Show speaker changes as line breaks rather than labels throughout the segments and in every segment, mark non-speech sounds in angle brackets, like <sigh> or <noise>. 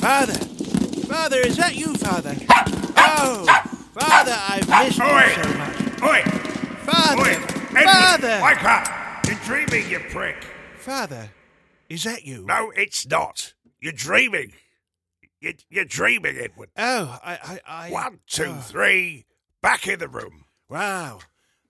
Father! Father, is that you, Father? Oh! Father, I've missed you so much.
Oi!
Father!
Oi! Edward,
Father!
Wake up! You're dreaming, you prick!
Father, is that you?
No, it's not. You're dreaming. You're, you're dreaming, Edward.
Oh, I. I, I
One, two, three.
oh,
Back in the room.
Wow.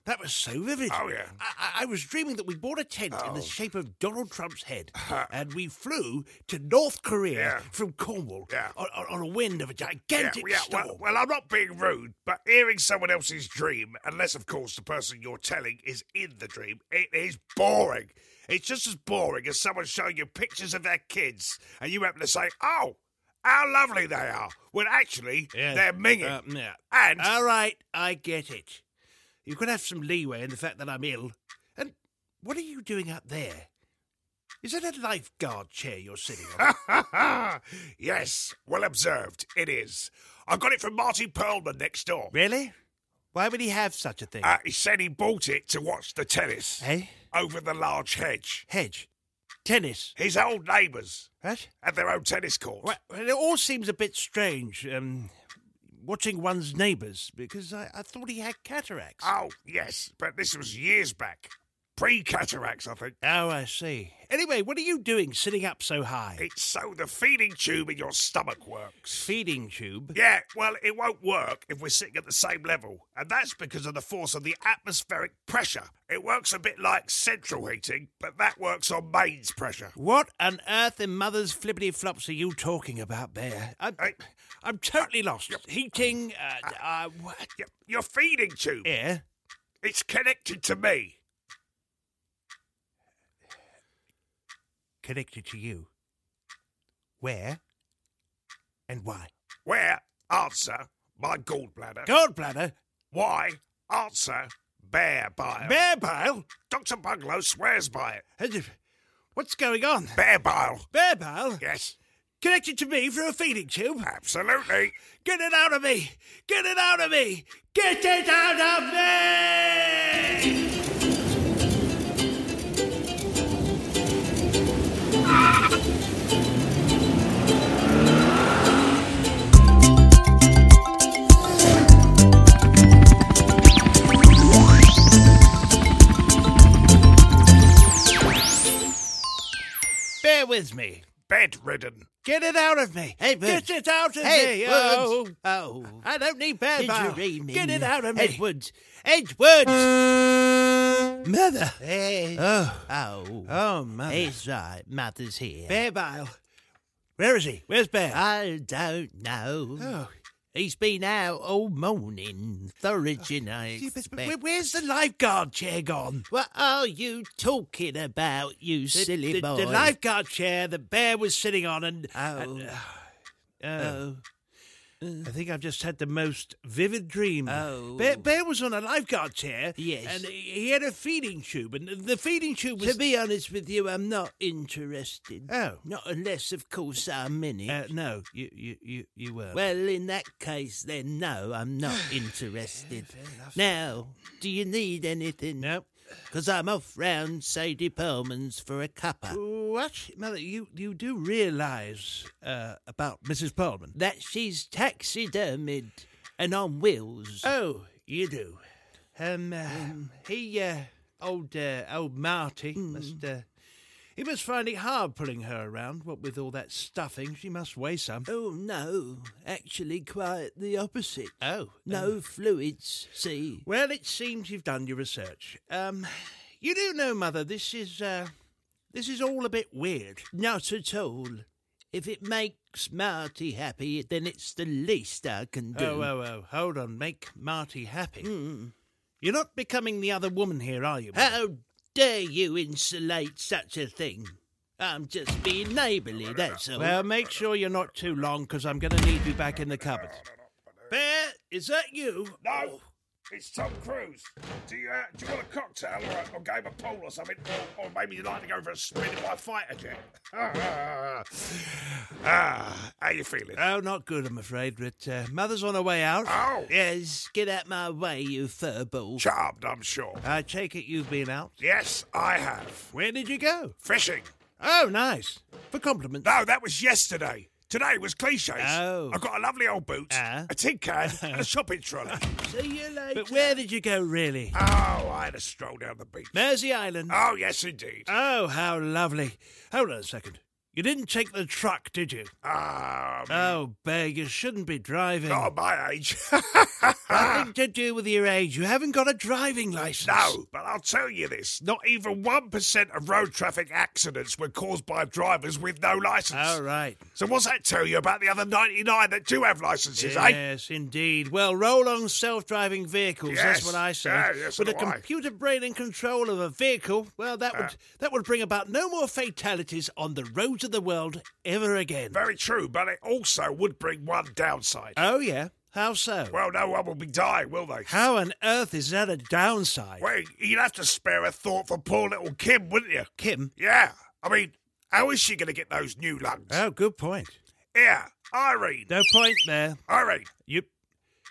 That was so vivid.
Oh, yeah.
I, I- I was dreaming that we bought a tent in the
Oh.
shape of Donald Trump's head, and we flew to North Korea
Yeah.
from Cornwall
Yeah.
on, on- on a wind of a
Yeah,
gigantic
yeah,
storm.
well, well, I'm not being rude, but hearing someone else's dream, unless, of course, the person you're telling is in the dream, it is boring. It's just as boring as someone showing you pictures of their kids and you happen to say, oh, how lovely they are, when actually
Yeah,
they're minging.
uh, yeah.
and
All right, I get it. You could have some leeway in the fact that I'm ill. And what are you doing up there? Is that a lifeguard chair you're sitting
<laughs>
on?
yes, well observed. It is. I got it from Marty Perlman next door.
really? Why would he have such a thing?
Uh, he said he bought it to watch the tennis
eh?
over the large hedge.
Hedge. Tennis.
His old neighbours
What?
had their own tennis court.
Well, it all seems a bit strange, um, watching one's neighbours, because I, I thought he had cataracts.
Oh, yes, but this was years back. Pre cataracts, I think.
oh, I see. Anyway, what are you doing sitting up so high?
It's so the feeding tube in your stomach works.
Feeding tube.
Yeah, well, it won't work if we're sitting at the same level, and that's because of the force of the atmospheric pressure. It works a bit like central heating, but that works on mains pressure.
What on earth in mother's flippity flops are you talking about there? I'm,
Hey.
I'm totally lost. Heating, uh,
Ah.
uh, what?
Y- Your feeding tube,
Air?
it's connected to me.
Connected to you. Where? And why?
Where? Answer, my gallbladder.
Gallbladder?
Why? Answer, bear
Um,
bile.
Bear bile?
Dr. Bungalow swears by it.
As if- What's going on?
Bear bile.
Bear bile?
Yes,
Connected to me through a feeding tube?
absolutely.
Get it out of me! Get it out of me! Get it out of me! Bear with me.
Bedridden.
Get it out of me.
Hey, Bert.
Get it out of
Hey,
me.
Edwards.
Oh,
Oh.
I don't need bear
Did you
bile.
read me?
Get it out of me.
Edwards. Edwards!
Mother.
Hey.
Oh,
Oh.
oh, mother.
It's right. Mother's uh, here.
Bear bile. Where is he? Where's Bear?
I don't know.
oh,
He's been out all morning, foraging, I
Oh, gee, but-
expect.
but where- where's the lifeguard chair gone?
What are you talking about, you
The-
silly
the,
boy?
The lifeguard chair that Bear was sitting on, and
Oh.
and, uh,
Oh.
I think I've just had the most vivid dream.
Oh.
Bear, Bear was on a lifeguard chair.
Yes.
And he he had a feeding tube, and the feeding tube was.
To be honest with you, I'm not interested.
oh.
Not unless, of course, I'm in it.
Uh, no, you, you, you, you were.
well, in that case, then no, I'm <sighs> not interested. now, do you need anything?
no.
Because I'm off round Sadie Perlman's for a cuppa.
What? Mother, you, you do realise uh, about Mrs. Pullman?
That she's taxidermied and on wheels.
Oh, you do. Um, uh, he, uh, old, uh, old Marty must, uh, he must find it hard pulling her around, what with all that stuffing. She must weigh some.
Oh, no, actually, quite the opposite.
Oh.
no fluids, see?
Well, it seems you've done your research. Um, you do know, Mother, this is, uh, this is all a bit weird.
Not at all. If it makes Marty happy, then it's the least I can do.
Oh, oh, oh, hold on. Make Marty happy. You're not becoming the other woman here, are you? Mother?
How dare you insulate such a thing? I'm just being neighbourly, that's all.
well, make sure you're not too long, because I'm going to need you back in the cupboard. Bear, is that you?
No, it's Tom Cruise. Do you uh, do you want a cocktail or a, or game of pool or something, or, or maybe you'd like to go for a spin in my fighter jet? <laughs> ah, how you feeling?
Oh, not good, I'm afraid, but uh, Mother's on her way out.
oh,
yes, get out my way, you furball.
charmed, I'm sure.
I take it you've been out.
Yes, I have
Where did you go?
fishing.
Oh, nice. For compliments.
No, that was yesterday. Today was cliches.
Oh.
I've got a lovely old boot,
Ah.
a tin
<laughs>
can, and a shopping trolley.
See you later. But where did you go, really?
Oh, I had a stroll down the beach.
Mersey Island.
Oh, yes, indeed.
Oh, how lovely. Hold on a second. You didn't take the truck, did you?
Um,
Oh, Bear, you shouldn't be driving.
not at my age. <laughs>
Nothing to do with your age. You haven't got a driving license.
no, but I'll tell you this. Not even 1% of road traffic accidents were caused by drivers with no licence.
All right.
So what's that tell you about the other 99 that do have licences, eh?
Yes, indeed. Well, roll on self driving vehicles. That's
Yes.
what I say.
Yeah, yes, so
With a
do I.
computer brain in control of a vehicle, well, that would that would bring about no more fatalities on the roads of the world ever again.
Very true, but it also would bring one downside.
Oh, yeah. How so?
well, no one will be dying, will they?
How on earth is that a downside?
Well, you'd have to spare a thought for poor little Kim, wouldn't you?
Kim?
Yeah. I mean, how is she going to get those new lungs?
Oh, good point.
yeah, Irene.
No point there.
Irene.
You,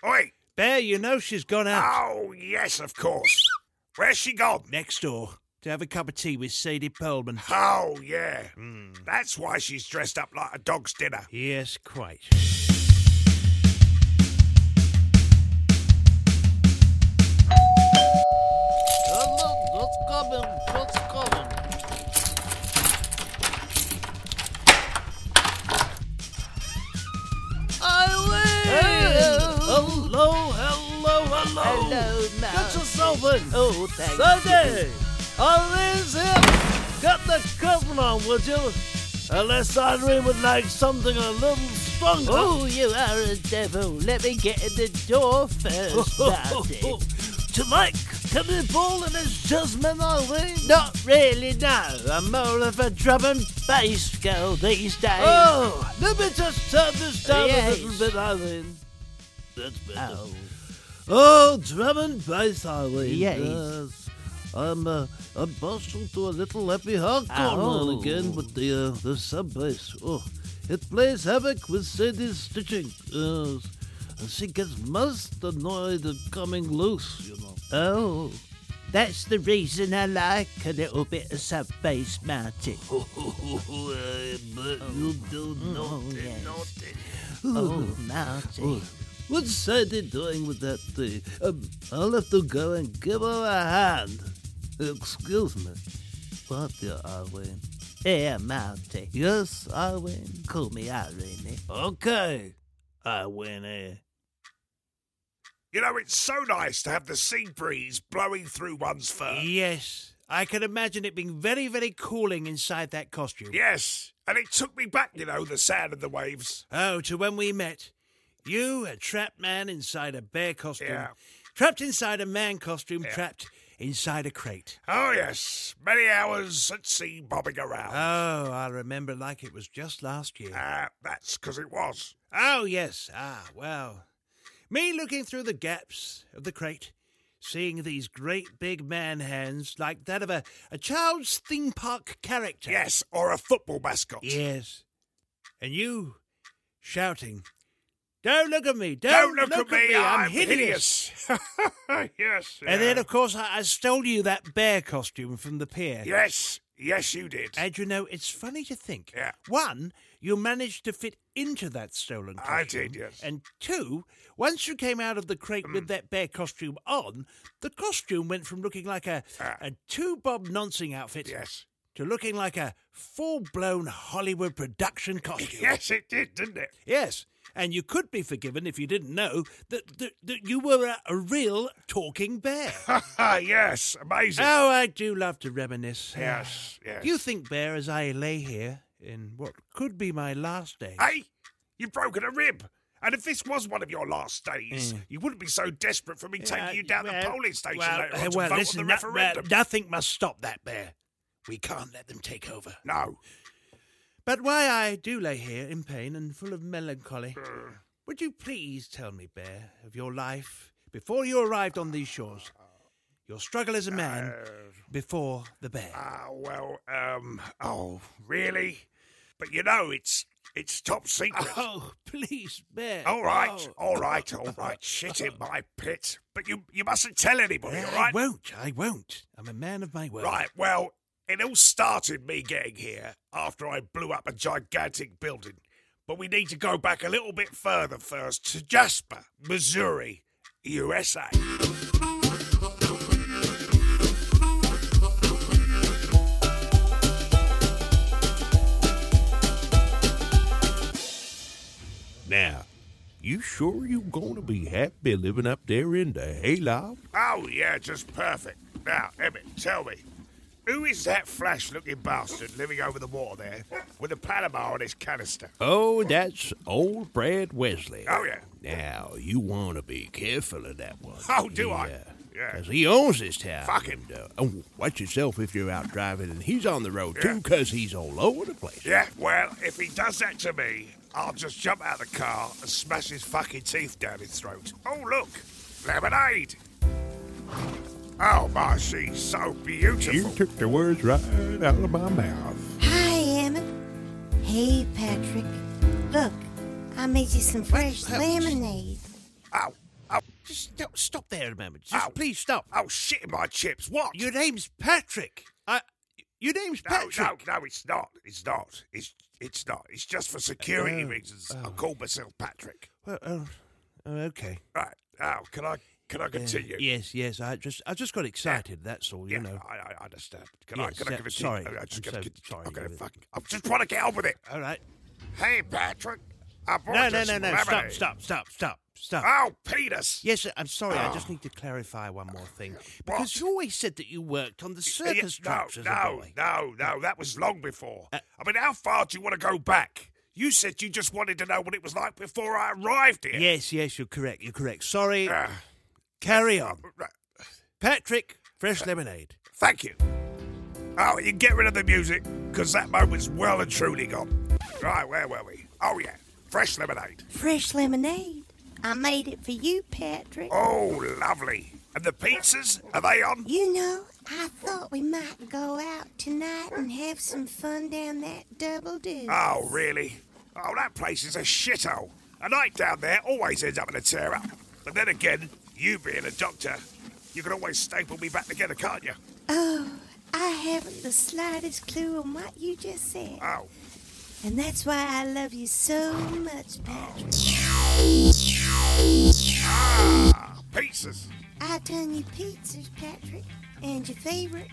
Oi.
Bear, you know she's gone out
Oh, yes, of course. Where's she gone?
next door to have a cup of tea with Sadie Pearlman.
Oh, yeah. That's why she's dressed up like a dog's dinner.
Yes, quite.
what's coming? What's coming? I will.
Hello, hello, hello.
now.
Get yourself in.
Oh, thank
Sunday. All is here. Get the curtain on, would you? Unless Irene would like something a little stronger.
Oh, you are a devil. Let me get in the
<laughs>
door first, Daddy.
Tonight, can we ball in his jasmine, Irene?
Not really, no. I'm more of a drum and bass girl these days.
Oh, let me just turn this down
Uh, Yes.
a little bit, Irene. That's better.
Oh.
Oh, drum and bass, Eileen.
Yes.
I'm, uh, I'm bustled to a little happy hardcore
Oh.
now and again
Ow.
with the, uh, the sub bass. Oh, it plays havoc with Sadie's stitching. Uh, she gets most annoyed at coming loose, you know.
Oh, that's the reason I like a little bit of sub bass mounting.
<laughs> Oh, but you do
Oh,
naughty,
yes.
naughty.
Oh,
Oh,
mounting.
What's Sadie doing with that thing? Um, I'll have to go and give her a hand. Excuse me. What, dear Irene?
Here, mounting.
Yes, Irene.
Call me Irene.
Okay, Irene.
You know, it's so nice to have the sea breeze blowing through one's fur.
Yes, I can imagine it being very, very cooling inside that costume.
Yes, and it took me back, you know, the sound of the waves.
Oh, to when we met. You, a trapped man inside a bear costume.
Yeah.
Trapped inside a man costume,
Yeah.
trapped inside a
<laughs>
crate.
Oh, yes, many hours at sea bobbing around.
Oh, I remember like it was just last year. <laughs>
Ah, that's because it was.
Oh, yes. Ah, well. Me looking through the gaps of the crate, seeing these great big man hands like that of a, a child's theme park character.
Yes, or a football mascot.
Yes. And you shouting, Don't look at me!
Don't
Don't,
look, at me,
I'm,
hideous. <laughs> yes.
And
yeah.
then, of course, I, I stole you that bear costume from the pier.
Yes, yes, you did.
And you know, it's funny to think.
Yeah.
One, you managed to fit into that stolen costume.
I did, yes. Mm.
And two, once you came out of the crate with that bear costume on, the costume went from looking like a,
Ah.
a two bob noncing outfit
yes. <laughs>
to looking like a full blown Hollywood
<laughs>
production costume.
Yes, it did, didn't it? <laughs>
Yes. And you could be forgiven if you didn't know that, that, that you were a, a real talking
<laughs>
bear.
yes, amazing.
oh, I do love to reminisce.
yes, yes.
You think, Bear, as I lay here in what could be my last day.
Hey, you've broken a rib. And if this was one of your last days, you wouldn't be so desperate for me
Uh,
taking you down the
Mm. well,
polling station
well,
later
uh,
on to
well,
vote
listen,
on the
no- well,
referendum.
nothing must stop that, Bear. We can't let them take over.
no.
But why I do lay here in pain and full of melancholy, would you please tell me, Bear, of your life before you arrived on these shores? Your struggle as a man before the bear.
Uh, Ah, well, um, oh, really? But you know, it's it's top secret.
Oh, please, Bear.
All right,
Oh.
all right, all right. Shit in my pit. But you you mustn't tell anybody, all
I
right?
won't. I won't. I'm a man of my word.
Right, well, it all started me getting here after I blew up a gigantic building. But we need to go back a little bit further first to Jasper, Missouri, USA.
Now, you sure you gonna be happy living up there in the hayloft?
Oh, yeah, just perfect. Now, Emmett, tell me, who is that flash looking bastard living over the water there with a Panama on his canister?
Oh, that's old Brad Wesley.
Oh, yeah.
Now, you want to be careful of that one.
Oh, do I? Yeah.
Because he owns this town.
Fuck him.
And, uh, oh, watch yourself if you're out driving, and he's on the road, too,
Yeah.
'cause because he's all over the place.
Yeah, well, if he does that to me, I'll just jump out of the car and smash his fucking teeth down his throat. Oh, look, lemonade. Oh, my, she's so beautiful.
took the words right out of my mouth.
Hi, Emmett. Hey, Patrick. Look, I made you some fresh lemonade.
Ow, ow,
Just stop, stop there a moment. Just
Ow.
please stop.
oh, shit in my chips. What?
Your name's Patrick. I. Your name's
no,
Patrick.
no, no, it's not. It's not. It's it's not. It's just for security
Uh,
reasons.
oh.
I'll call myself Patrick.
Well, oh, oh, okay.
Right. Now, can I can I
Uh,
continue?
yes, yes. I just, I just got excited. That's all. You
Yeah,
know.
I, I understand. Can
Yes,
I can I
yeah,
continue?
sorry.
I'm
I'm
just
so
gonna get-
sorry
I'm gonna
with it.
fucking. I just want to get on with it.
All right.
Hey, Patrick. I brought
No,
you
no, no,
some
no. Stop,
lemonade.
stop, stop, stop, stop.
Oh, penis.
Yes, sir, I'm sorry. I just
Ah.
need to clarify one more thing because you always said that you worked on the
Yeah,
circus trucks
no,
as a
no,
boy. Uh,
no, no. That was long before. I mean, how far do you want to go back? You said you just wanted to know what it was like before I arrived here.
Yes, yes, you're correct. You're correct. Sorry.
Ah,
Carry on,
right.
Patrick. Fresh lemonade.
Thank you. Oh, you get rid of the music, because that moment's well and truly gone. Right, where were we? Oh, yeah. Fresh lemonade.
Fresh lemonade. I made it for you, Patrick.
Oh, lovely. And the pizzas? Are they on?
You know, I thought we might go out tonight and have some fun down that double do.
Oh, really? Oh, that place is a shithole. A night down there always ends up in a tear up. But then again, you being a doctor, you can always staple me back together, can't you?
Oh, I haven't the slightest clue on what you just said.
Oh.
And that's why I love you so much, Patrick.
Ah, pizzas.
I done you pizzas, Patrick, and your favorite,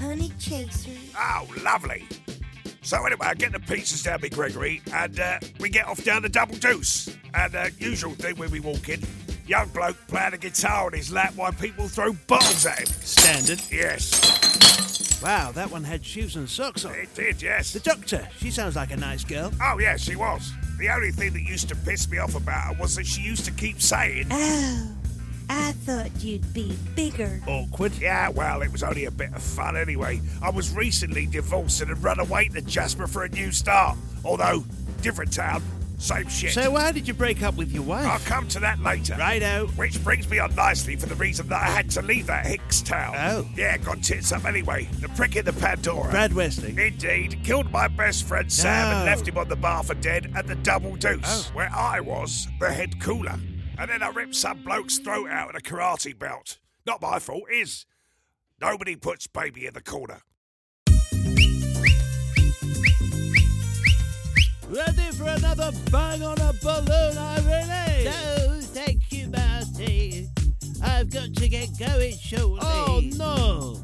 honey chasers.
Oh, lovely. So anyway, I get the pizzas down me, Gregory, and uh, we get off down the double deuce. And uh, usual thing when we walk in, young bloke playing a guitar on his lap while people throw bottles at him.
Standard.
Yes,
Wow, that one had shoes and socks on.
it did, yes.
The doctor. She sounds like a nice girl.
Oh, yeah, she was. The only thing that used to piss me off about her was that she used to keep saying,
Oh, I thought you'd be bigger.
Awkward.
Yeah, well, it was only a bit of fun anyway. I was recently divorced and had run away to Jasper for a new start. Although, different town, same shit.
So why did you break up with your
I'll
wife?
come to that later.
Righto.
Which brings me on nicely for the reason that I had to leave that Hicks town.
Oh.
Yeah, got tits up anyway. The prick in the Pandora.
Brad Wesley.
Indeed, killed my best friend Sam and
No.
left him on the bar for dead at the Double Deuce, where I was the head cooler. And then I ripped some bloke's throat out with a karate belt. Not my fault, is. Nobody puts baby in the corner.
Ready for another bang on a balloon, Irene?
No, thank you, Marty. I've got to get going shortly.
Oh, no.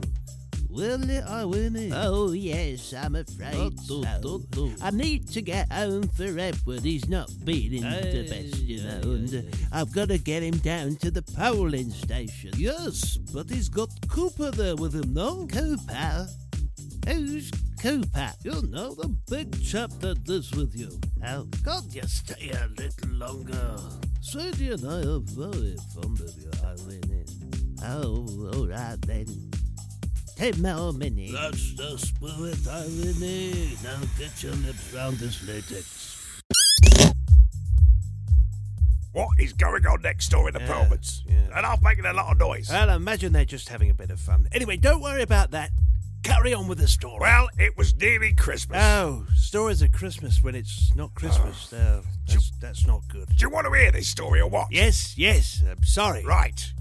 Really, Irene?
Oh, yes, I'm afraid
Oh, do,
so.
do, do.
I need to get home for Edward. He's not feeling the
Aye,
best, you
aye,
know, and uh, I've got to get him down to the polling station.
Yes, but he's got Cooper there with him, no?
Cooper? Who's Cooper?
You know, the big chap that lives with you.
Oh,
Can't you stay a little longer? Sadie and I are very fond of you, Irene.
oh, all right then. Ten more minutes.
That's the spirit, Irene. Now get your lips round this latex.
What is going on next door in the apartments? And I'm making a lot of noise.
Well, I imagine they're just having a bit of fun. Anyway, don't worry about that. Carry on with the story.
well, it was nearly Christmas.
Oh, stories of Christmas when it's not Christmas. Uh, that's, that's not good.
Do you want to hear this story or what?
Yes, yes. I'm sorry.
Right.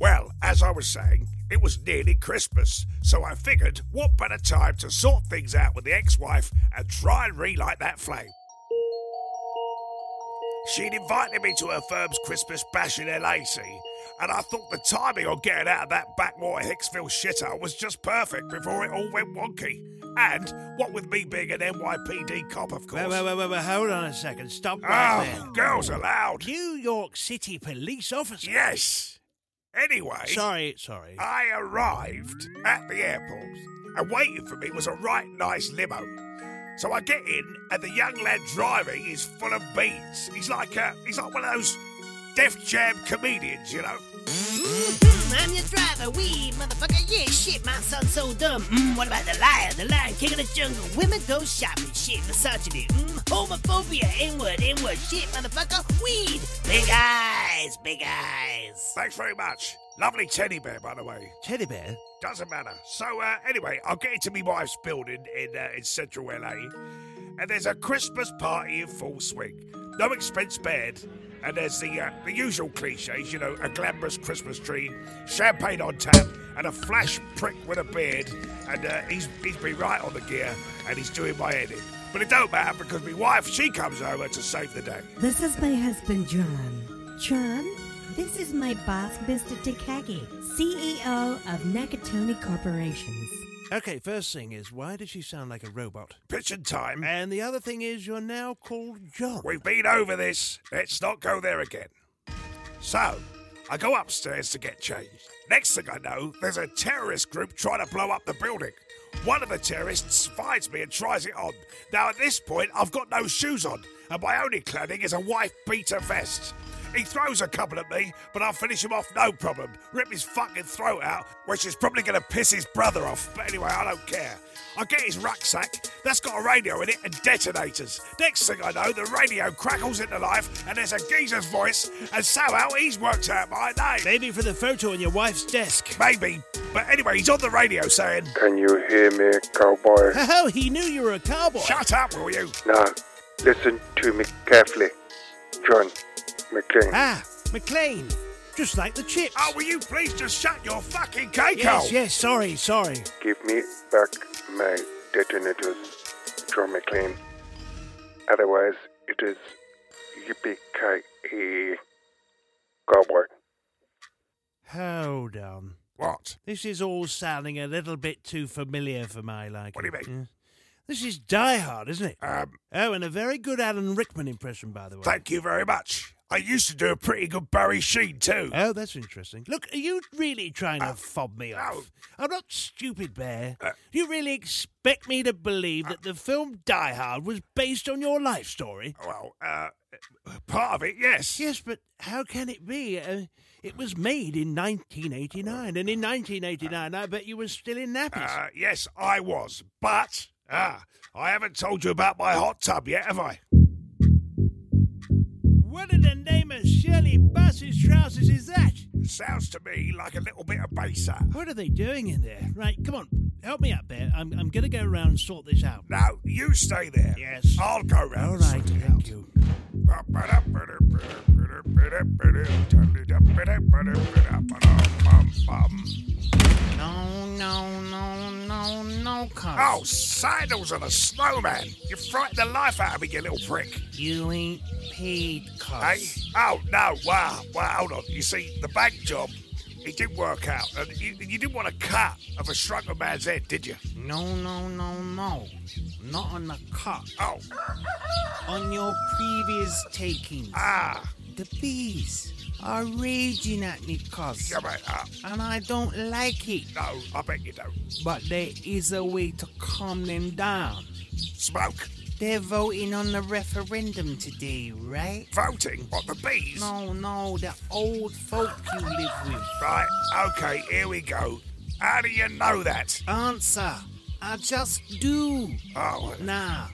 Well, as I was saying, it was nearly Christmas, so I figured what better time to sort things out with the ex wife and try and relight that flame. She'd invited me to her firm's Christmas bash in LAC, and I thought the timing on getting out of that backwater Hicksville shithole was just perfect before it all went wonky. And what with me being an NYPD cop, of course.
Wait, wait, wait, wait, wait, hold on a second. Stop right
Oh, girls allowed.
there. New York City police officer.
Yes. Anyway.
Sorry, sorry.
I arrived at the airport, and waiting for me was a right nice limo. So I get in, and the young lad driving is full of beans. He's like a, he's like one of those Def Jam comedians, you know.
I'm your driver, weed, motherfucker. Yeah, shit, my son's so dumb. Mm, what about the liar, the lion, king of the jungle? Women go shopping, shit, misogyny, mm, homophobia, inward, inward, shit, motherfucker, weed. Big eyes, big eyes.
Thanks very much. Lovely teddy bear, by the way.
Teddy bear?
Doesn't matter. So uh, anyway, I'll get into my wife's building in uh, in central LA, and there's a Christmas party in full swing. No expense spared, and there's the uh, the usual cliches, you know, a glamorous Christmas tree, champagne on tap, and a flash prick with a beard, and uh, he's he's been right on the gear, and he's doing my head in. But it don't matter because my wife, she comes over to save the day.
This is my husband, John. John, this is my boss, Mr. Takagi, CEO of Nakatoni Corporations.
Okay, first thing is, why does she sound like a robot?
Pitch and time.
And the other thing is, you're now called John.
We've been over this. Let's not go there again. So, I go upstairs to get changed. Next thing I know, there's a terrorist group trying to blow up the building. One of the terrorists finds me and tries it on. Now, at this point, I've got no shoes on, and my only clothing is a wife beater vest. He throws a couple at me, but I finish him off no problem. Rip his fucking throat out, which is probably going to piss his brother off. But anyway, I don't care. I get his rucksack, that's got a radio in it and detonators. Next thing I know, the radio crackles into life and there's a geezer's voice, and somehow he's worked out my name.
Maybe for the photo on your wife's desk.
Maybe. But anyway, he's on the radio saying,
Can you hear me, cowboy?
Oh, he knew you were a cowboy.
Shut up, will you?
now, listen to me carefully. John McCain.
Ah, McLean. Just like the chips.
Oh, will you please just shut your fucking cake hole?
yes, yes, sorry, sorry.
Give me back my detonators, John McCain. Otherwise, it is yippee-ki-yay, cowboy.
Hold on.
What?
This is all sounding a little bit too familiar for my liking.
What do you mean?
Yeah. This is Die Hard, isn't it?
Um,
Oh, and a very good Alan Rickman impression, by the way.
thank you very much. I used to do a pretty good Barry Sheen, too.
Oh, that's interesting. Look, are you really trying to
Uh,
fob me
no.
off? I'm not stupid, Bear.
Uh,
Do you really expect me to believe that the film Die Hard was based on your life story?
well, uh, part of it, yes.
Yes, but how can it be? Uh, it was made in 1989, and in 1989, I bet you were still in nappies.
Uh, yes, I was. But ah, I haven't told you about my hot tub yet, have I?
what in the name of Shirley Bass's trousers is that?
Sounds to me like a little bit of baser.
What are they doing in there? Right, come on, help me up, Bear. I'm, I'm going to go around and sort this out.
Now, you stay there.
Yes.
I'll go round.
All
and
right,
sort it
thank you.
out.
No, no, no, no, no,
Oh,
Carl.
sandals on a snowman. You frightened the life out of me, you little prick.
You ain't paid, Carl.
Hey? Oh, no, wow, wow, hold on. You see, the bank job, it did work out. And you, you didn't want a cut of a shrunken man's head, did you?
No, no, no, no. Not on the cop.
Oh,
On your previous taking,
ah.
the bees are raging at me, cuz.
Come on, uh,
And I don't like it.
no, I bet you don't.
But there is a way to calm them down.
Smoke,
They're voting on the referendum today, right?
voting, what the bees?
No, no, the old folk you live with.
Right, okay, here we go. How do you know that?
Answer. I just do.
Oh,
Nah,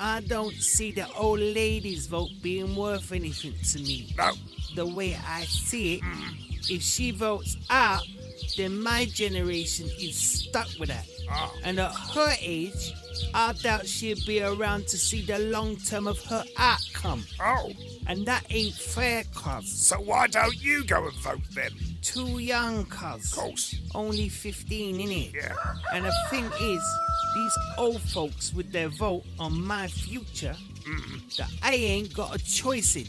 I don't see the old lady's vote being worth anything to me.
no,
The way I see it, if she votes out, then my generation is stuck with that.
Ah.
And at her age, I doubt she'll be around to see the long term of her outcome.
oh.
And that ain't fair, cuz.
So why don't you go and vote then?
Too young, cuz.
Of course,
Only 15, innit?
yeah.
And the thing is, these old
Mm-hmm.
folks with their vote on my future, that I ain't got a choice in.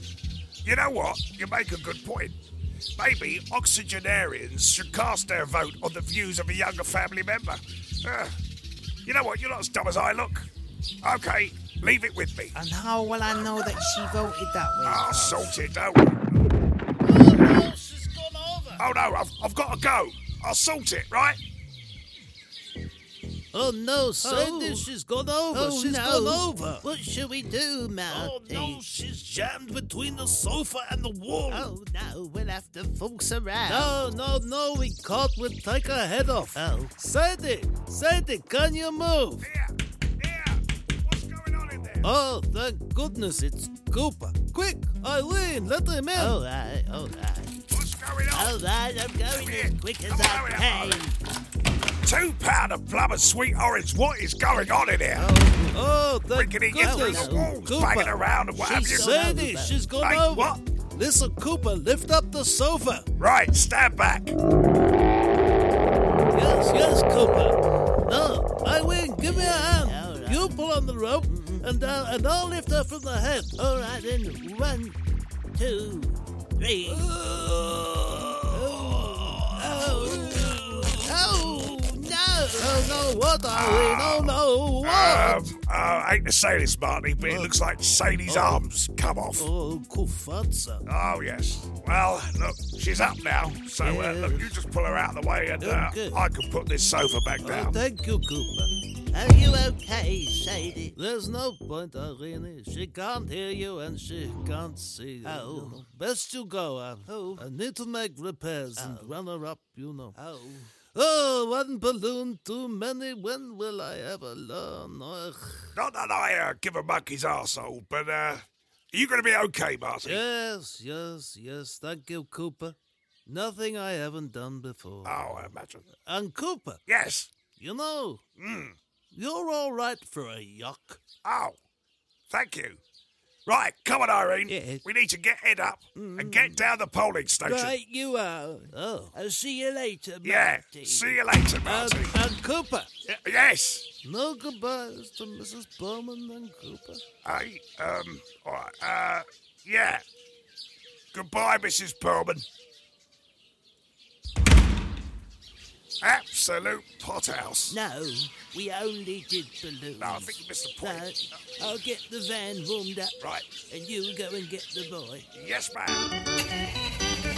You know what? You make a good point. Maybe oxygenarians should cast their vote on the views of a younger family member. Ugh. you know what? You're not as dumb as I look. Okay, leave it with me.
And how will I know that she voted that way?
Ah,
I'll
Carl?
sort it out.
Oh, she's gone over.
Oh no, I've, I've got to go. I'll sort it, right?
Oh no,
Sandy,
she's gone over.
Oh,
She's
no.
over.
What should we do,
Oh
Marty?
no, she's jammed between the sofa and the wall.
Oh, no, we'll have to force her out.
No, no, no, we caught will take her head off.
Oh.
Sandy, Sandy, can you move?
Yeah, yeah. What's going on in there?
Oh, thank goodness it's Cooper. Quick, Eileen, let him in.
All right, all right.
What's going on?
All right, I'm going as quick as I can.
Two pound of plum and sweet orange. What is going on in here?
Oh, thank
Breaking it in through
goodness.
the walls, banging
Cooper.
around and what have you.
She's so-
Sandy, she's gone
Hey,
over.
what?
Listen, Cooper, lift up the sofa.
Right, stand back.
Yes, yes, Cooper. No, Eileen, give me a hand.
All right.
You pull on the rope, and, uh, and I'll lift her from the head.
All right, then. One, two, three. Oh, oh, no.
Oh, no, what, Eileen? Oh, no, what?
Um, uh, I hate to say this, Marty, but it looks like Sadie's arms come off.
Oh, Kufatsa.
Oh, yes. Well, look, she's up now. So, uh, look, you just pull her out of the way and uh,
Okay.
I can put this sofa
Oh,
back down.
Thank you, Cooper.
Are you okay, Sadie?
There's no point, Irene. She can't hear you and she can't see you.
Oh.
Best you go, Anne.
Oh.
I need to make repairs and run her up, you know.
Oh,
Oh, one balloon too many. When will I ever learn? Ugh.
Not that I uh, give a monkey's arsehole, but uh, are you going to be okay, Marty?
Yes, yes, yes. Thank you, Cooper. Nothing I haven't done before.
Ah.
Oh, I imagine.
And Cooper,
Yes.
you know,
Mm.
you're all right for a yuck.
Oh, thank you. Right, come on, Irene.
Yes. Mm.
We need to get head up and get down the polling station.
right, you are.
Oh.
I'll see you later,
Yeah.
Marty.
See you later,
And,
Marty.
and Cooper,
Y- yes.
no goodbyes to Mrs. Bowman and Cooper.
I um. All right. Uh. Yeah. Goodbye, Mrs. Perlman. Absolute pothouse.
No, we only did balloons.
No, I think you missed the point.
Right, I'll get the van warmed up,
Right.
and you go and get the boy.
Yes, ma'am.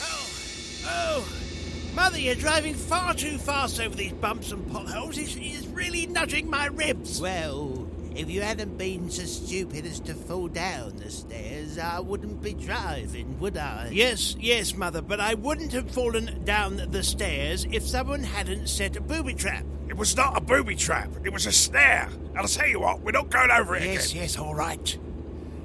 Oh, Mother, you're driving far too fast over these bumps and potholes. It's, it's really nudging my ribs.
Well, if you hadn't been so stupid as to fall down the stairs, I wouldn't be driving, would I?
Yes, yes, Mother, but I wouldn't have fallen down the stairs if someone hadn't set a booby trap.
It was not a booby trap. It was a snare. And I'll tell you what. We're not going over it
Yes,
again.
yes, all right.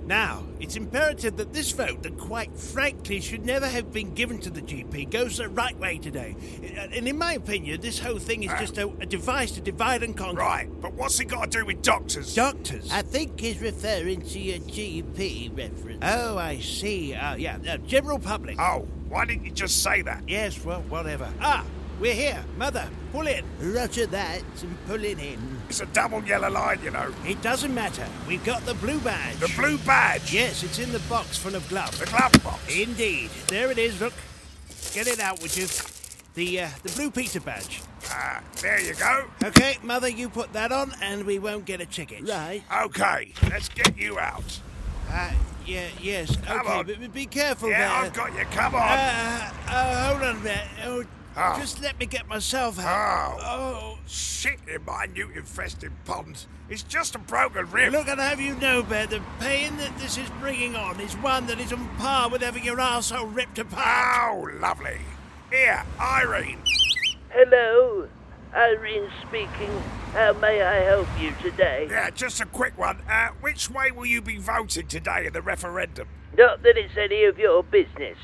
Now, it's imperative that this vote, that quite frankly should never have been given to the GP, goes the right way today. Uh, And in my opinion, this whole thing is just a, a device to divide and conquer.
Right. But what's it got to do with doctors?
Doctors.
I think he's referring to your GP reference. Uh,
oh, I see. Uh, yeah, uh, general public.
oh, why didn't you just say that?
yes, well, whatever. Ah, we're here. Mother, pull in.
Roger that and pull it in.
It's a double yellow line, you know.
It doesn't matter. We've got the blue badge.
The blue badge.
Yes, it's in the box full of gloves.
The glove box.
Indeed. There it is, look. Get it out, would you? The uh, the blue pizza badge.
Ah, there you go.
Okay, Mother, you put that on and we won't get a ticket.
Right.
Okay, let's get you out.
Uh, yeah, yes.
Come
okay,
on.
but but be careful
Yeah,
there.
I've got you. Come on.
Uh, uh, hold on there. Oh,
Ah.
Just let me get myself out.
oh,
Oh.
shit in my new infested pond. It's just a broken rib.
Look, I'd have you know, Bear, the pain that this is bringing on is one that is on par with having your arsehole ripped apart.
Oh, lovely. Here, Irene.
Hello, Irene speaking. How may I help you today?
Yeah, just a quick one. Uh, which way will you be voting today in the referendum?
Not that it's any of your business.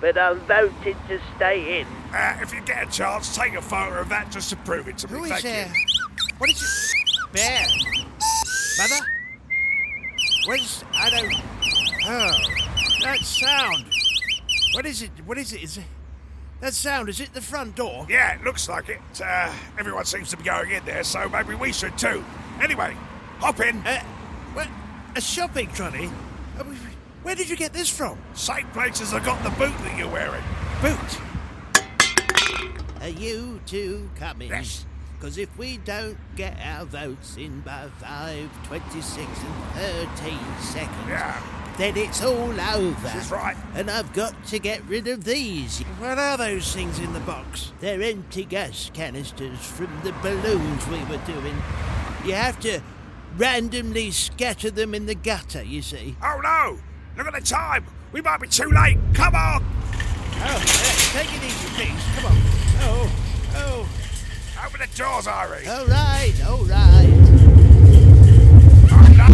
but I voted to stay in.
Uh, if you get a chance, take a photo of that just to prove it to me.
Who is
Thank you.
there? What is this bear? Mother? Where's I don't. Oh, that sound. What is it? What is it? Is it that sound? Is it the front door?
Yeah, it looks like it. Uh, everyone seems to be going in there, so maybe we should too. Anyway, hop in.
Uh, what? A shopping trolley? Uh, we- Where did you get this from?
Same place as I got the boot that you're wearing.
Boot. Are you two coming?
Yes.
Because if we don't get our votes in by 5, 26 and 13 seconds,
Yeah.
then it's all over.
That's right.
And I've got to get rid of these. What are those things in the box? They're empty gas canisters from the balloons we were doing. You have to randomly scatter them in the gutter, you see.
Oh no! Look at the time. We might be too late. Come on.
Oh, yeah, take it easy, please. Come on. Oh, oh.
Open the doors, Irie.
All right, all right.
Oh no!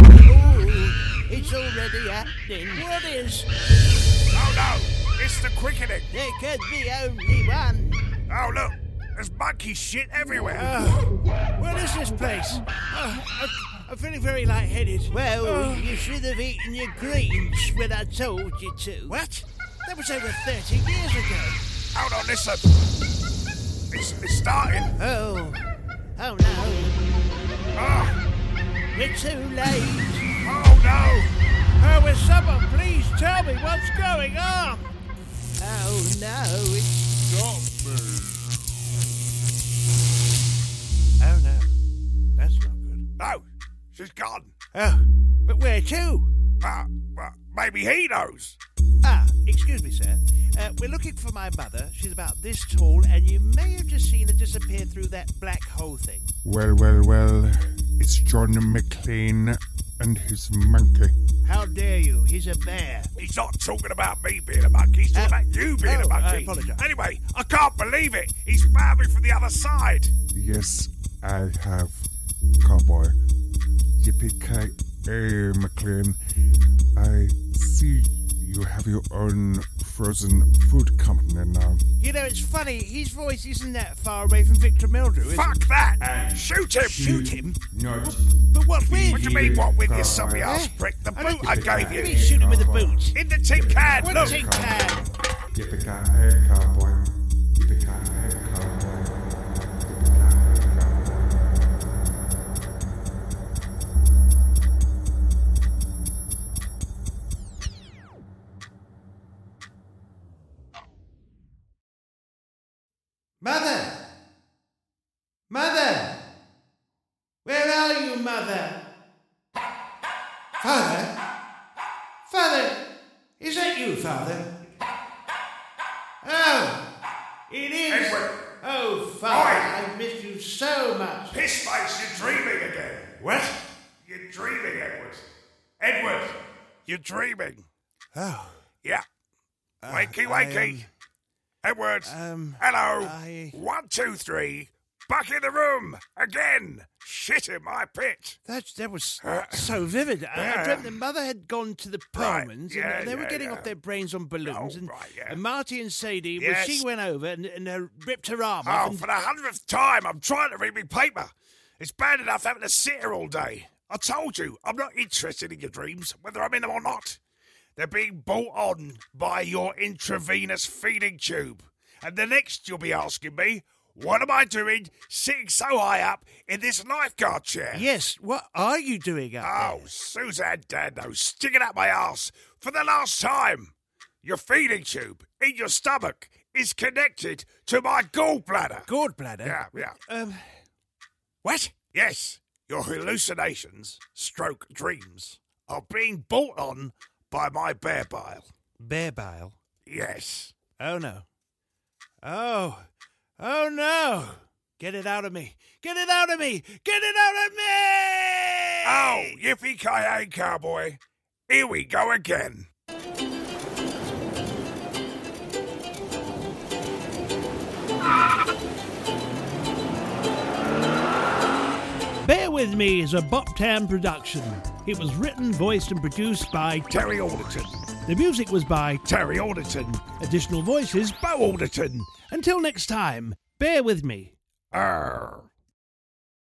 Ooh, it's already happening. What is?
Oh no! It's the quickening.
There could be only one.
Oh look, there's monkey shit everywhere.
What is this place? Uh, I'm feeling very lightheaded. Oh. Well, you should have eaten your greens when I told you to. What? That was over 30 years ago.
Hold on, listen. It's, it's starting.
Oh. Oh, no.
Oh,
We're too late.
oh no!
Oh, will someone please tell me what's going on? Oh, no. It's got me. Oh, no. That's not good.
No, she's gone.
Oh, but where to?
Ah, well, maybe he knows.
Ah, excuse me, sir. Uh, we're looking for my mother. She's about this tall, and you may have just seen her disappear through that black hole thing.
Well, well, well. It's John McLean and his monkey.
How dare you? He's a bear.
He's not talking about me being a monkey. He's talking
Uh,
about you being
oh,
a monkey.
I apologise.
Anyway, I can't believe it. He's found me from the other side.
Yes, I have. Cowboy. Yippee-ki-yay, McLean. I see you have your own frozen food company now.
You know, it's funny. His voice isn't that far away from Victor Meldrew. is
Fuck that! Shoot him! Shoot him?
Not
it? But what with?
What do you mean, what with this zombie ass prick? The boot I gave
What do you
you.
mean shoot him with a boot?
In the tin can,
What
look!
tin can?
Yippee-ki-yay, cowboy. Yippee-ki-yay, cowboy.
Mother! Mother! Where are you, mother? Father? Father! Is that you, father? Oh! It is!
Edward.
Oh, father,
Oi.
I miss you so much.
Piss face, you're dreaming again. What? You're dreaming, Edward. Edward, you're dreaming.
Oh,
Yeah. wakey,
I,
wakey. Edward,
um,
hello.
I-
One, two, three. Back in the room again. Shit in my pit.
that, that was
Uh,
so vivid. I, I dreamt that mother had gone to the
Right,
Perlmans
yeah,
and they were
yeah,
getting
yeah.
off their brains on balloons.
Oh,
and,
right, yeah.
and Marty and Sadie, well,
Yes.
she went over and, and uh, ripped her arm off.
Oh,
and-
for the hundredth time, I'm trying to read me paper. It's bad enough having to sit here all day. I told you, I'm not interested in your dreams, whether I'm in them or not. They're being bought on by your intravenous feeding tube. And the next you'll be asking me, what am I doing sitting so high up in this lifeguard chair?
Yes, what are you doing up
Oh, Suzanne Dando, stick it up my ass for the last time. Your feeding tube in your stomach is connected to my
there?
gallbladder.
Gallbladder?
Yeah, yeah.
Um,
What? Yes, your hallucinations, stroke dreams, are being bought on by my bear bile.
bear bile.
Yes.
Oh no. Oh. Oh no. Get it out of me. Get it out of me. Get it out of me.
Oh, yippee ki cowboy. Here we go again.
Bear With Me is a Boptown production. It was written, voiced, and produced by
Terry Alderton.
The music was by
Terry Alderton.
Additional voices
Bo Alderton.
Until next time, bear with me.
Arr.